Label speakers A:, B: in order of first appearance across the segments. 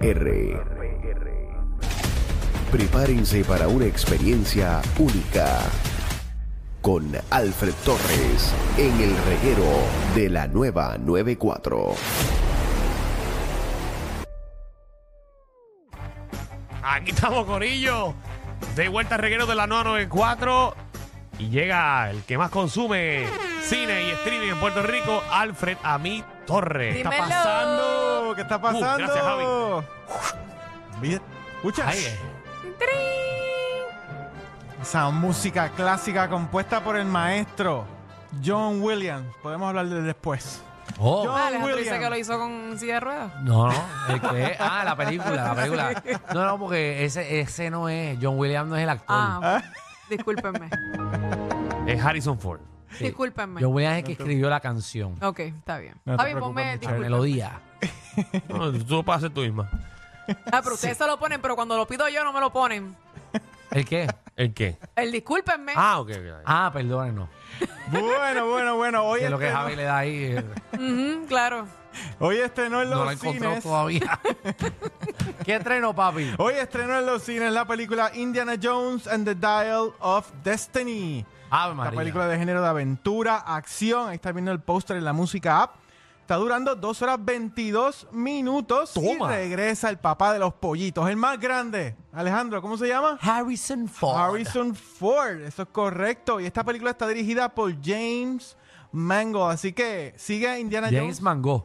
A: PR. Prepárense para una experiencia única con Alfred Torres en el reguero de la nueva 94.
B: Aquí estamos, Corillo. De vuelta al reguero de la 994. Y llega el que más consume cine y streaming en Puerto Rico, Alfred Amit Torres.
C: ¿Qué está
D: Dímelo.
C: pasando? ¿Qué
E: Uh,
C: está pasando?
B: gracias,
C: Bien. ¿Escuchas?
B: Ay, eh.
D: ¡Trin!
C: Esa música clásica compuesta por el maestro John Williams. Podemos hablar de después.
E: Oh,
C: Yo-
D: Ah, Alejandro
C: William.
D: dice que lo hizo con silla de ruedas.
E: no, no. ¿El qué? Ah, la película, la película. No, no, porque ese, ese no es. John Williams no es el actor.
D: Ah, discúlpenme.
B: Es Harrison Ford.
E: Sí.
D: Discúlpenme.
E: John Williams es el que escribió la canción.
D: Ok, está bien.
C: No te
D: está bien,
C: preocupes,
D: ponme
C: muchacho.
E: La
D: Ah, disculpa.
E: melodía.
B: No, tú lo puedes hacer tú misma.
D: Ah, pero ustedes se lo ponen, pero cuando lo pido yo no me lo ponen.
E: ¿El qué?
B: ¿El qué?
D: El discúlpenme.
B: Ah, ok, ok.
E: Ah, perdón, no.
C: Bueno, bueno, bueno. Hoy,
E: Que lo que
C: estrenó-
E: Javi le da ahí eh,
D: Ujú, claro.
C: hoy estrenó en
E: no lo
C: los
E: encontró
C: cines.
E: todavía. ¿Qué estreno, papi?
C: Hoy estrenó en los cines la película Indiana Jones and the Dial of Destiny.
E: Ave
C: La película
E: María.
C: de género de aventura, acción. Ahí está viendo el póster en la música app. Está durando 2 horas 22 minutos.
E: Toma.
C: Y regresa el papá de los pollitos, el más grande. Alejandro, ¿cómo se llama?
E: Harrison Ford.
C: Harrison Ford. Eso es correcto. Y esta película está dirigida por James Mango. Así que sigue a Indiana
E: James
C: Jones.
E: Mango.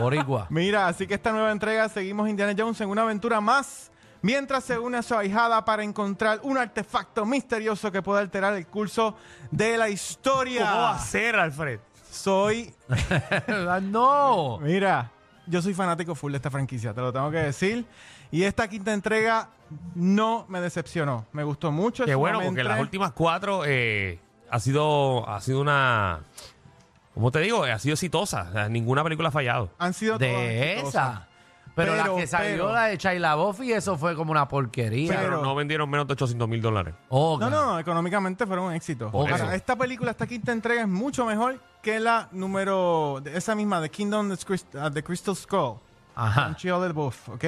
E: Boricua.
C: Mira, así que esta nueva entrega seguimos Indiana Jones en una aventura más. Mientras se une a su ahijada para encontrar un artefacto misterioso que pueda alterar el curso de la historia.
B: ¿Cómo va a ser, Alfred?
C: Soy
B: Oh.
E: no.
C: Mira, yo soy fanático full de esta franquicia, te lo tengo que decir. Y esta quinta entrega no me decepcionó. Me gustó mucho.
B: Qué bueno,
C: sumamente.
B: porque las últimas cuatro eh, ha sido ha sido una... ¿Cómo te digo? eh, Ha sido exitosa. O sea, ninguna película ha fallado.
C: han sido todas
E: De
C: exitosas.
E: esa. Pero,
C: Pero,
E: la que salió,
C: pero-
E: la de Chayla Buffy, eso fue como una porquería.
C: Pero-
B: Pero no vendieron menos de 800 mil dólares.
E: Oh,
C: No, no, no, económicamente fueron un éxito.
B: Por
C: Ahora,
B: eso.
C: esta película, esta quinta entrega es mucho mejor que la número, de esa misma, The Kingdom of the Crystal, uh, the Crystal Skull.
E: Ajá.
C: con Shia LaBeouf, ¿ok?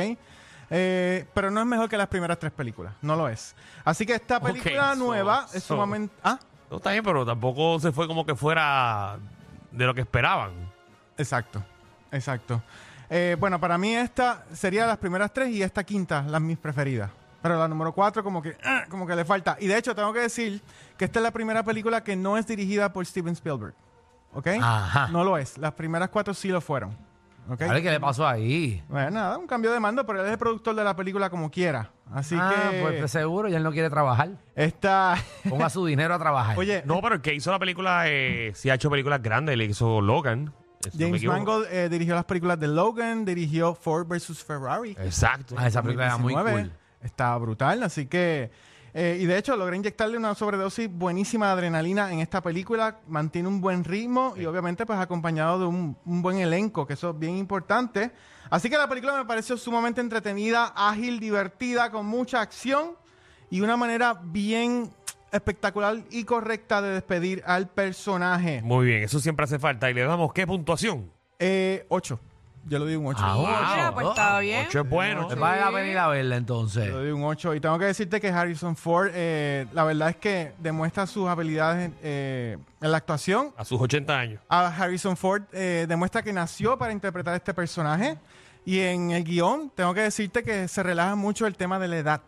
C: Eh, pero no es mejor que las primeras tres películas, no lo es. Así que esta
B: Ok,
C: película
B: so-
C: nueva es
B: so-
C: sumamente... Ah,
B: No está bien, pero tampoco se fue como que fuera de lo que esperaban.
C: Exacto, exacto. Eh, bueno, para mí esta sería las primeras tres y esta quinta, las mis preferidas. Pero la número cuatro como que, ah, como que le falta. Y de hecho tengo que decir que esta es la primera película que no es dirigida por Steven Spielberg. ¿Ok?
E: Ajá.
C: No lo es. Las primeras cuatro sí lo fueron. ¿Ok?
E: A ver qué le pasó ahí.
C: Bueno, nada, un cambio de mando, pero él es el productor de la película como quiera. Así
E: ah,
C: que
E: pues, pues, seguro, ya él no quiere trabajar.
C: esta...
E: Ponga su dinero a trabajar.
C: Oye,
B: No, pero el que hizo la película, eh, sí ha hecho películas grandes, le hizo Logan. si no me
C: James
B: equivoco.
C: Mangold eh, dirigió las películas de Logan, dirigió Ford vs. Ferrari.
B: Exacto.
E: Ah, esa película era muy
C: 2019.
E: cool.
C: Está brutal, así que... eh, y de hecho logré inyectarle una sobredosis buenísima de adrenalina en esta película. Mantiene un buen ritmo y obviamente pues acompañado de un, un buen elenco, que eso es bien importante. Así que la película me pareció sumamente entretenida, ágil, divertida, con mucha acción y una manera bien espectacular y correcta de despedir al personaje.
B: Muy bien, eso siempre hace falta. Y le damos qué puntuación.
C: Eh, 8. Yo le di un 8.
E: Ah,
D: Mira, pues
E: oh,
D: está bien.
B: Ocho es bueno.
E: Te
D: Sí.
E: vale la pena ir a verla entonces.
C: Le doy un 8. Y tengo que decirte que Harrison Ford, eh, la verdad es que demuestra sus habilidades eh, en la actuación.
B: A sus 80 años.
C: A Harrison Ford eh, demuestra que nació para interpretar este personaje. Y en el guión, tengo que decirte que se relaja mucho el tema de la edad,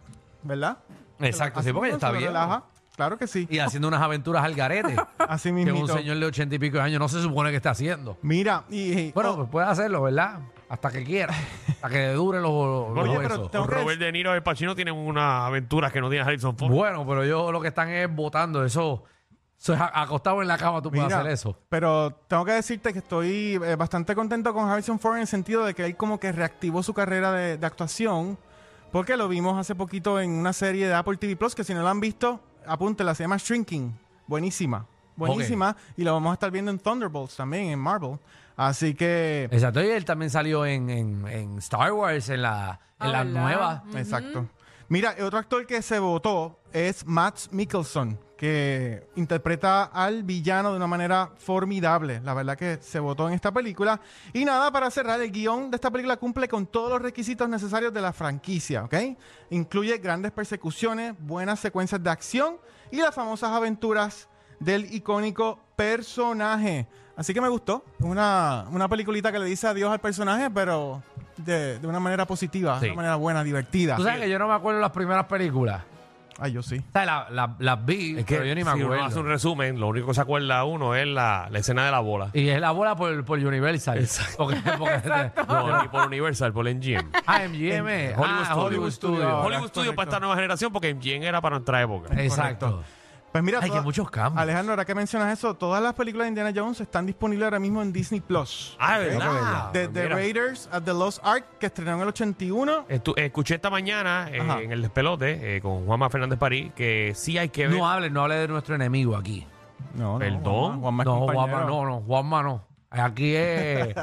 C: ¿verdad?
E: Exacto,
C: Así
E: sí, porque
C: mismo
E: está
C: se lo
E: bien.
C: relaja. Claro que sí.
E: Y haciendo unas aventuras al garete.
C: Así
E: que un
C: mismo.
E: señor de ochenta y pico de años no se supone que está haciendo.
C: Mira, y, y-
E: Bueno,
C: oh,
E: pues puede hacerlo, ¿verdad? Hasta que quiera. Hasta que le dure los, los
B: Oye,
C: pero
E: huesos.
C: tengo que
B: Robert
C: decir-
B: De Niro y Al Pacino tienen unas aventuras que no tiene Harrison Ford.
E: Bueno, pero yo lo que están es votando eso. eso es a- acostado en la cama tú puedes
C: Mira,
E: hacer eso.
C: Pero tengo que decirte que estoy eh, bastante contento con Harrison Ford en el sentido de que él como que reactivó su carrera de, de actuación. Porque lo vimos hace poquito en una serie de Apple TV Plus, que si no la han visto, apúntela, se llama Shrinking. Buenísima. Buenísima. Y la vamos a estar viendo en Thunderbolts también, en Marvel. Así que.
E: Exacto, y él también salió en, en- en Star Wars, en la,
D: Ah,
E: en la
D: ¿verdad?
E: nueva.
C: Exacto. Mira, otro actor que se votó es Matt Mickelson, que interpreta al villano de una manera formidable. La verdad que se votó en esta película. Y nada, para cerrar, el guión de esta película cumple con todos los requisitos necesarios de la franquicia, ¿ok? Incluye grandes persecuciones, buenas secuencias de acción y las famosas aventuras del icónico personaje. Así que me gustó. Una, una peliculita que le dice adiós al personaje, pero de, de una manera positiva, de
E: Sí.
C: una manera buena, divertida.
E: Tú sabes que yo no me acuerdo las primeras películas.
C: Ay, yo sí.
E: O sea, la- la- las vi,
B: Es que
E: pero yo ni me
B: si uno
E: acuerdo.
B: hace un resumen, lo único que se acuerda uno es la, la escena de la bola.
E: Y es la bola por, por Universal.
B: Exacto.
E: Porque, porque-
B: No, ni por Universal, por MGM.
E: Ah, MGM.
B: Hollywood
E: ah,
B: Studio.
E: Hollywood Studio.
C: Ahora,
B: Hollywood Studio
C: correcto.
B: para esta nueva generación porque MGM era para nuestra época.
E: Exacto.
C: Pues mira,
E: Hay que
C: toda-
E: muchos cambios.
C: Alejandro, ahora que mencionas eso, todas las películas de Indiana Jones están disponibles ahora mismo en Disney Plus.
B: Ah,
C: ¿Ok?
B: ¿verdad?
C: De The
B: Mira.
C: Raiders at the Lost Ark, que estrenaron en el 81.
B: Estu- escuché esta mañana eh,
C: Ajá.
B: en el despelote eh, con Juanma Fernández París que sí hay que ver.
E: No hables, no hables de nuestro enemigo aquí.
C: No, no.
B: Perdón.
C: Juanma- Juanma es
E: no,
C: compañero.
E: Juanma, no, no, Juanma no. Aquí es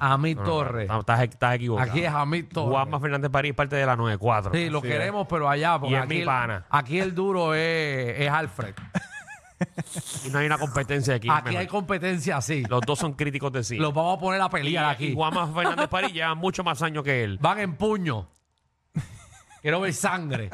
E: Amit
B: No, no,
E: Torres.
B: no, Ah, estás, estás equivocado.
E: Aquí es Amit Torres.
B: Juanma Fernández París es parte de la 94.
E: Sí, lo
C: Así es.
E: queremos, pero allá. Porque
B: Y es
E: aquí,
B: mi
E: el-
B: pana.
E: aquí el duro es, es Alfred.
B: Y no hay una competencia aquí.
E: Aquí
B: mejor.
E: hay competencia así.
B: Los dos son críticos de sí.
E: Los vamos a poner a
B: y,
E: pelear
B: y
E: aquí.
B: Juanma Fernández París lleva mucho más años que él.
E: Van en puño. Quiero ver sangre.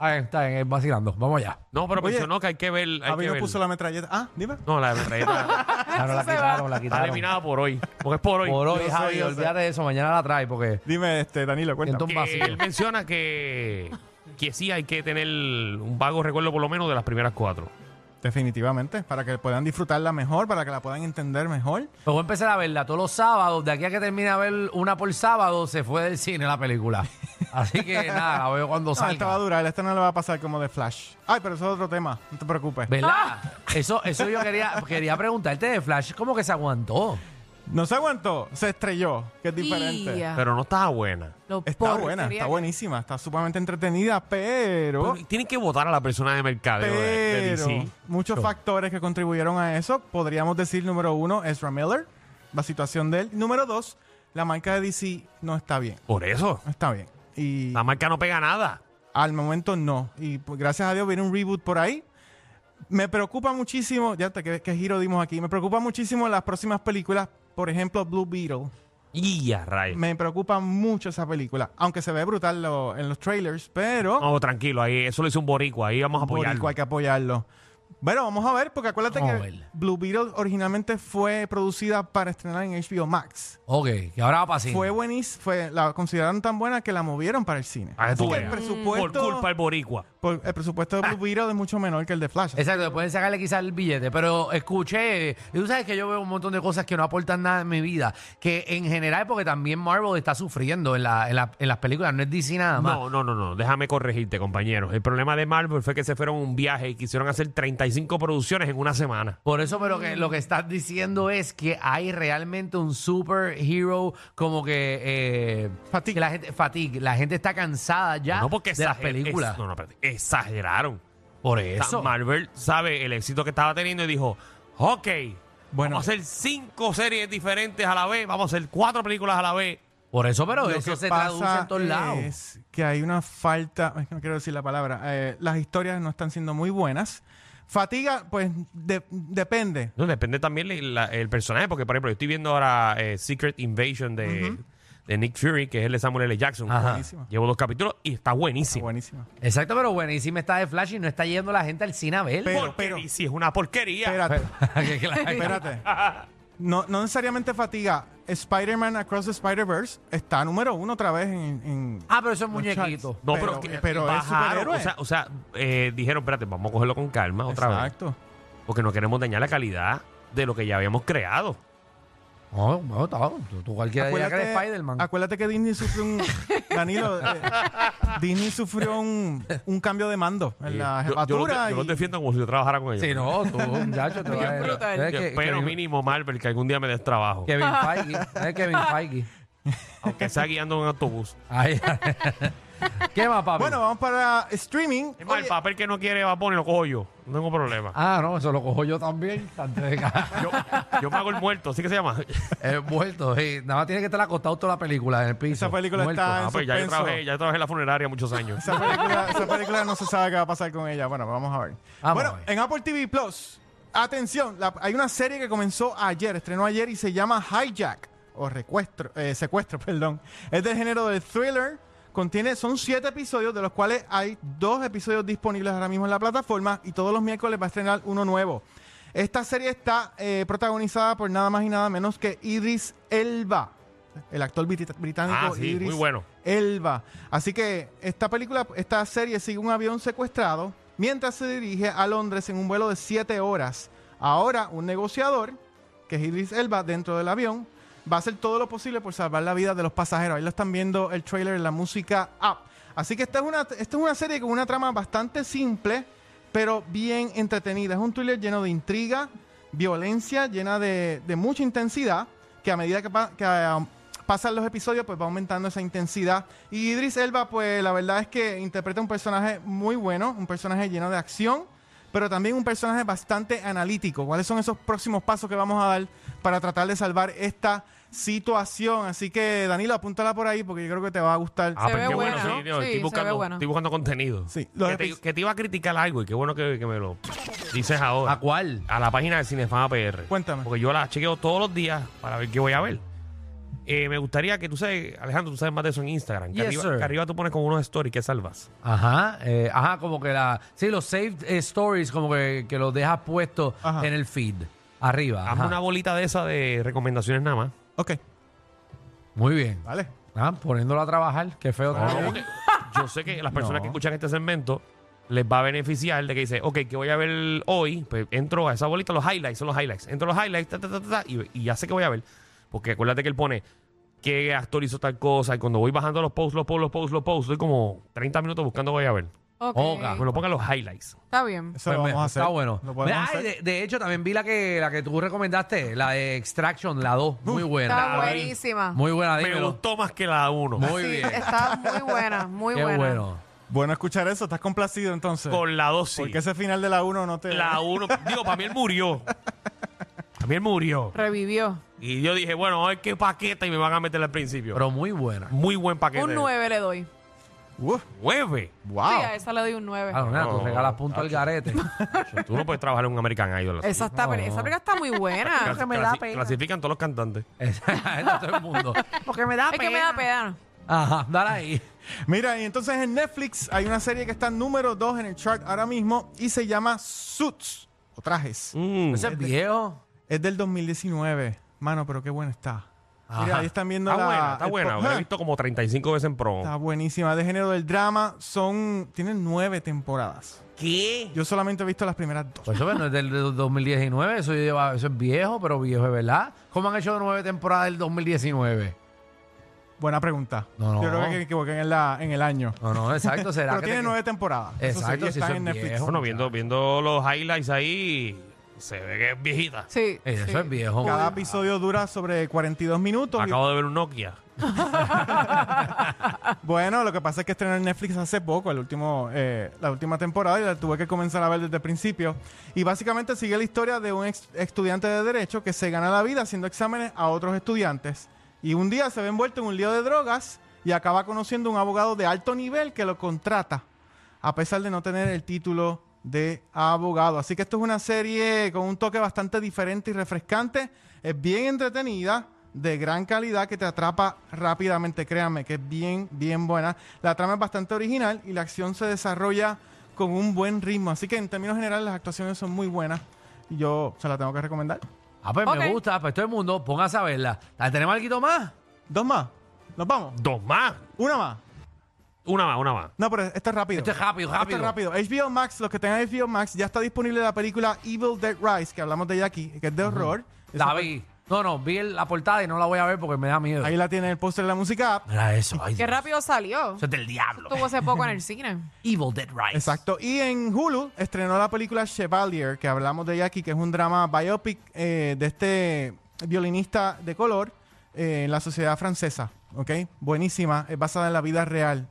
E: Ahí está, bien, vacilando. Vamos allá.
B: No, pero
C: Oye,
B: mencionó que hay que ver. Hay
C: A
B: que
C: mí me
B: ver.
C: puso la metralleta. Ah, dime.
B: No, la metralleta
E: Claro, la
D: Ah, se va.
E: quitaron, la
B: está
E: quitaron.
B: eliminada por hoy. Porque es por hoy.
E: Por hoy,
C: Yo sé,
E: Javi,
C: yo sé.
E: olvídate de eso. Mañana la trae porque
C: Dime, este, Danilo, cuéntame.
E: siento un
B: Que
E: vacío.
B: él menciona que, que sí hay que tener un vago recuerdo por lo menos de las primeras cuatro.
C: Definitivamente, para que puedan disfrutarla mejor, para que la puedan entender mejor.
E: Pues voy a empezar a verla todos los sábados. De aquí a que termine a ver una por sábado, se fue del cine la película. Así que nada, la veo
C: No,
E: cuando
C: esta va a
E: salga.
C: durar, esta no le va a pasar como de Flash. Ay, pero eso es otro tema, no te preocupes.
E: ¿Verdad?
D: Ah.
E: Eso, eso yo quería, quería preguntarte de Flash, ¿cómo que se aguantó?
C: No se aguantó, se estrelló, que es diferente.
E: Ah.
D: Ya.
B: Pero no está buena.
D: Lo
C: Está
D: porquería
C: buena, está
D: que-
C: buenísima, está sumamente entretenida, pero...
B: Pero Tienen que votar a la persona de mercadeo Pues, de, de
C: Pero
B: DC.
C: muchos factores que contribuyeron a eso. Podríamos decir, número uno, Ezra Miller, la situación de él. Número dos, la marca de DC no está bien.
B: Por eso.
C: No está bien. Y
B: La marca no pega nada.
C: al momento no. Y pues, gracias a Dios viene un reboot por ahí. Me preocupa muchísimo, ya te qué, qué giro dimos aquí. Me preocupa muchísimo las próximas películas. Por ejemplo, Blue Beetle.
B: Y a rayos.
C: Me preocupa mucho esa película. Aunque se ve brutal lo- en los trailers, pero...
B: No, tranquilo, ahí eso lo hizo un boricua, ahí vamos a apoyarlo.
C: Boricua, hay que apoyarlo. Bueno, vamos a ver, porque acuérdate
E: Vamos a
C: que
E: ver.
C: Blue Beetle originalmente fue producida para estrenar en HBO Max.
E: Ok, que ahora va para cine.
C: Fue buenísima, fue, la consideraron tan buena que la movieron para el cine.
B: Ah,
C: Así
B: tú
C: que el
B: veas.
C: presupuesto,
B: Por culpa del boricua.
C: por- el presupuesto de Blue Beetle es mucho menor que el de Flash.
E: Exacto, le pueden sacarle quizás el billete, pero escuché, y tú sabes que yo veo un montón de cosas que no aportan nada en mi vida, que en general, porque también Marvel está sufriendo en, la- en la- en las películas, no es DC nada más.
B: No, no, no, no, déjame corregirte, compañero. El problema de Marvel fue que se fueron a un viaje y quisieron hacer 35 producciones en una semana.
E: Por eso, pero que lo que estás diciendo es que hay realmente un superhero como que eh,
C: Fatigue.
E: que la gente fatigue, la gente está cansada ya
B: No porque
E: de las
B: exager-
E: películas.
B: es- no, no, espérate. Exageraron.
E: Por
B: O sea,
E: eso.
B: Marvel sabe el éxito que estaba teniendo y dijo, ok,
C: Bueno.
B: vamos a hacer cinco series diferentes a la vez, vamos a hacer cuatro películas a la vez.
E: Por eso, pero
C: Lo
E: eso
C: que
E: se
C: pasa
E: traduce en todos lados.
C: Es que hay una falta, ay, no quiero decir la palabra, eh, las historias no están siendo muy buenas. Fatiga, pues de- depende.
B: No, depende también la- la- el personaje, porque por ejemplo, yo estoy viendo ahora eh, Secret Invasion de, de Nick Fury, que es el de Samuel L. Jackson.
E: Ajá.
C: Buenísima.
B: Llevo dos capítulos y está buenísimo.
C: Ah, Buenísima.
E: Exacto, pero buenísima está de Flash y no está yendo la gente al cine a verla.
C: Pero,
B: Porque
C: pero-
B: DC es una porquería.
C: Espérate.
E: Que claro.
C: Espérate. No, no necesariamente fatiga. Spider-Man Across the Spider-Verse está número uno otra vez en. en-
E: Ah, pero eso
C: Los
E: es muñequito.
C: charts.
B: no, pero,
C: pero-
B: que-
C: pero es
B: bajaron,
C: superhéroe.
B: o sea, o sea, eh, dijeron, espérate, vamos a cogerlo con calma otra
C: Exacto.
B: vez, porque no queremos dañar la calidad de lo que ya habíamos creado.
E: No, no, está- tú, tú cualquiera diría que eres Spider-Man.
C: acuérdate que Disney sufrió un. Danilo, eh, Disney sufrió un, un cambio de mando en la
B: Eh, yo- yo, los de-
C: jefatura.
B: yo los
C: y-
B: defiendo como si yo trabajara con ellos.
E: Sí, no, tú, muchacho, te vas a-
D: brutal.
E: ¿sabes
B: Yo
E: que-
B: espero
E: que-
B: mínimo Marvel que algún día me des trabajo,
E: Kevin Feige, ¿sabes Kevin Feige?
B: aunque sea guiando un autobús.
E: Ay, ¿Qué más, papi?
C: Bueno, vamos para streaming.
B: Es más, el
C: Oye,
B: papel que no quiere va a poner lo cojo yo. No tengo problema.
E: Ah, no, eso lo cojo yo también. Antes de que-
B: Yo, yo pago el muerto, así que se llama.
E: Eh, muerto, sí. Nada más tiene que estar acostado toda la película en el piso.
C: Esa película
E: muerto.
C: está-
B: Ah, pues ya yo
C: Suspenso.
B: trabajé, ya yo trabajé en la funeraria muchos años.
C: Esa película, esa película no se sabe qué va a pasar con ella. Bueno, pues vamos a ver.
E: Vamos
C: bueno,
E: a ver.
C: en Apple TV Plus, atención, la- hay una serie que comenzó ayer, estrenó ayer y se llama Hijack o recuestro, eh, secuestro, perdón. Es del género del thriller. Contiene, son siete episodios, de los cuales hay dos episodios disponibles ahora mismo en la plataforma y todos los miércoles va a estrenar uno nuevo. Esta serie está eh, protagonizada por nada más y nada menos que Idris Elba, el actor brit- británico
B: Ah, sí,
C: Idris
B: muy bueno.
C: Elba. Así que esta película, esta serie sigue un avión secuestrado mientras se dirige a Londres en un vuelo de 7 horas. Ahora un negociador, que es Idris Elba, dentro del avión, va a hacer todo lo posible por salvar la vida de los pasajeros. Ahí lo están viendo el trailer, la música up. Así que esta es una, esta es una serie con una trama bastante simple, pero bien entretenida. Es un thriller lleno de intriga, violencia, llena de, de mucha intensidad, que a medida que, pa- que, um, pasan los episodios, pues va aumentando esa intensidad. Y Idris Elba, pues la verdad es que interpreta un personaje muy bueno, un personaje lleno de acción, pero también un personaje bastante analítico. ¿Cuáles son esos próximos pasos que vamos a dar para tratar de salvar esta situación? Así que, Danilo, apúntala por ahí porque yo creo que te va a gustar.
B: Ah,
D: Se
E: pues.
B: pero
D: ve
B: qué bueno,
D: buena,
B: sí, tío,
D: ¿no? Sí,
B: estoy,
D: se ve
B: buscando,
D: buena.
B: estoy buscando contenido.
C: Sí, los
B: que, te,
C: epi-
B: que te iba a criticar algo y qué bueno que, que me lo dices ahora.
E: ¿A cuál?
B: a la página de Cinefama PR.
C: Cuéntame.
B: Porque yo la chequeo todos los días para ver qué voy a ver. Eh, me gustaría que tú sabes, Alejandro, tú sabes más de eso en Instagram. Que,
E: Yes,
B: arriba,
E: sir.
B: que arriba tú pones como unos stories que salvas.
E: Ajá, eh, ajá, como que la. Sí, los saved eh, stories, como que, que los dejas puestos
C: Ajá.
E: en el feed. Arriba.
B: Hazme
E: ajá.
B: una bolita de esa de recomendaciones nada más.
C: Ok,
E: Muy bien.
C: vale.
E: Ah, poniéndolo a trabajar. Qué feo.
B: No,
E: trabajar.
B: no, porque yo sé que las personas
E: No.
B: que escuchan este segmento les va a beneficiar de que dice, ok, que voy a ver hoy, pues entro a esa bolita, los highlights, son los highlights. Entro a los highlights, ta, ta, ta, ta, ta, y, y ya sé que voy a ver. Porque acuérdate que él pone qué actor hizo tal cosa, y cuando voy bajando los posts, los posts, los posts, los posts, estoy como 30 minutos buscando voy a ver.
D: Ok.
E: Oga.
B: Me lo pongan los highlights.
D: Está bien.
C: Eso
E: Pues,
C: lo vamos
E: mira,
C: a hacer.
E: Está bueno.
C: Lo podemos
E: Ay,
C: hacer.
E: De, de hecho, también vi la que, la que tú recomendaste, la de Extraction, la 2. Muy
D: Está
E: buena.
D: buenísima.
E: Muy buena,
B: Me
E: Ah, dímelo.
B: gustó más que la 1.
E: Muy
D: Sí,
E: bien.
D: Está muy buena, muy
E: Qué
D: buena.
E: bueno.
C: Bueno escuchar eso. ¿Estás complacido entonces?
B: Con la 2 sí.
C: Porque ese final de la 1 no te...
B: La 1, digo, para mí él murió. Para mí él murió.
D: Revivió.
B: Y yo dije, bueno, a ver qué paqueta y me van a meter al principio.
E: Pero muy buena.
B: Muy buen paquete.
D: Un 9 le doy.
C: Uf,
B: Nueve.
C: wow.
D: Sí, a esa le doy un 9.
E: Ah, mira, tú
B: No,
E: regalas punto al
B: tacho.
E: garete.
B: Pues Tú no puedes trabajar en un American Idol. así.
D: Esa, está,
E: No.
D: esa película está muy buena.
E: que me da
B: Clasi-
E: pena. Eh,
B: Clasifican todos los cantantes.
E: Exacto, todo el mundo. Porque me da
D: es que me da pena.
E: Ajá, dale ahí.
C: Mira, y entonces en Netflix hay una serie que está número 2 en el chart ahora mismo y se llama Suits o Trajes.
B: Mm.
E: Ese es viejo.
C: Es del 2019. Mano, pero qué buena está. Mira,
E: Ajá.
C: ahí están viendo
B: Está
C: la...
B: buena, está
C: el
B: buena.
C: po-
B: La
C: Ah,
B: he visto como 35 veces en pro.
C: Está buenísima. De género del drama son... Tienen nueve temporadas.
B: ¿Qué?
C: Yo solamente he visto las primeras dos.
E: Pues eso bueno, es del del 2019, eso, lleva, eso es viejo, pero viejo es verdad. ¿Cómo han hecho nueve temporadas del 2019?
C: Buena pregunta.
E: No, no.
C: Yo creo que me equivoqué en, la, en el año.
E: No, no, exacto, será
C: Pero
E: que
C: tiene
E: te-
C: nueve temporadas. Eso sí,
E: Exacto,
C: y
E: sí,
C: están en
E: eso es
C: Netflix.
E: viejo.
B: Bueno, viendo, viendo los highlights ahí, se ve que es viejita.
D: Sí.
E: Eh, Eso
D: sí.
E: es viejo.
C: Cada episodio dura sobre 42 minutos. y-
B: Acabo de ver un Nokia.
C: Bueno, lo que pasa es que estrenó en Netflix hace poco, el último, eh, la última temporada, y la tuve que comenzar a ver desde el principio. Y básicamente sigue la historia de un ex- estudiante de Derecho que se gana la vida haciendo exámenes a otros estudiantes. Y un día se ve envuelto en un lío de drogas y acaba conociendo un abogado de alto nivel que lo contrata, a pesar de no tener el título de abogado. Así que esto es una serie con un toque bastante diferente y refrescante. Es bien entretenida, de gran calidad, que te atrapa rápidamente. Créanme que es bien, bien buena. La trama es bastante original y la acción se desarrolla con un buen ritmo. Así que en términos generales las actuaciones son muy buenas. Y yo se la tengo que recomendar.
E: Ah, pues me
D: Ok.
E: gusta, pues todo el mundo, póngase a verla. Ah, ¿Tenemos algo más?
C: Dos más. Nos vamos.
B: Dos más.
C: Una más.
B: Una más, una más.
C: No, pero esto es rápido.
E: Esto es rápido, rápido.
C: Esto es rápido. HBO Max, los que tengan HBO Max, ya está disponible la película Evil Dead Rise, que hablamos de ella aquí, que es de horror.
E: La
C: Esa-
E: vi. No, no, vi el- la portada y no la voy a ver porque me da miedo.
C: Ahí la tiene el póster de la música app.
E: Mira eso, ay,
D: Qué
E: Dios.
D: rápido salió.
E: Eso es del diablo.
D: Estuvo hace poco en el cine.
E: Evil Dead Rise.
C: Exacto. Y en Hulu estrenó la película Chevalier, que hablamos de ella aquí, que es un drama biopic eh, de este violinista de color eh, en la sociedad francesa. ¿Ok? Buenísima. Es basada en la vida real.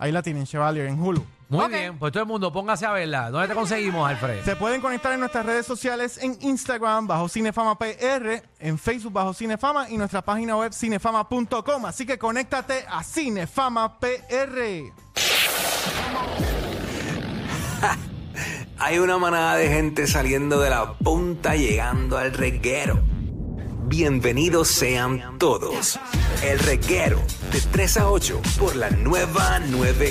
C: Ahí la tienen, Chevalier, en Hulu.
E: Muy
D: Ok.
E: bien, pues todo el mundo póngase a verla. ¿Dónde te conseguimos, Alfred?
C: Se pueden conectar en nuestras redes sociales en Instagram bajo Cinefama PR, en Facebook bajo Cinefama y nuestra página web cinefama.com. Así que conéctate a Cinefama PR.
F: Hay una manada de gente saliendo de la punta llegando al reguero. Bienvenidos sean todos. El reguero de 3 a 8 por la nueva 9.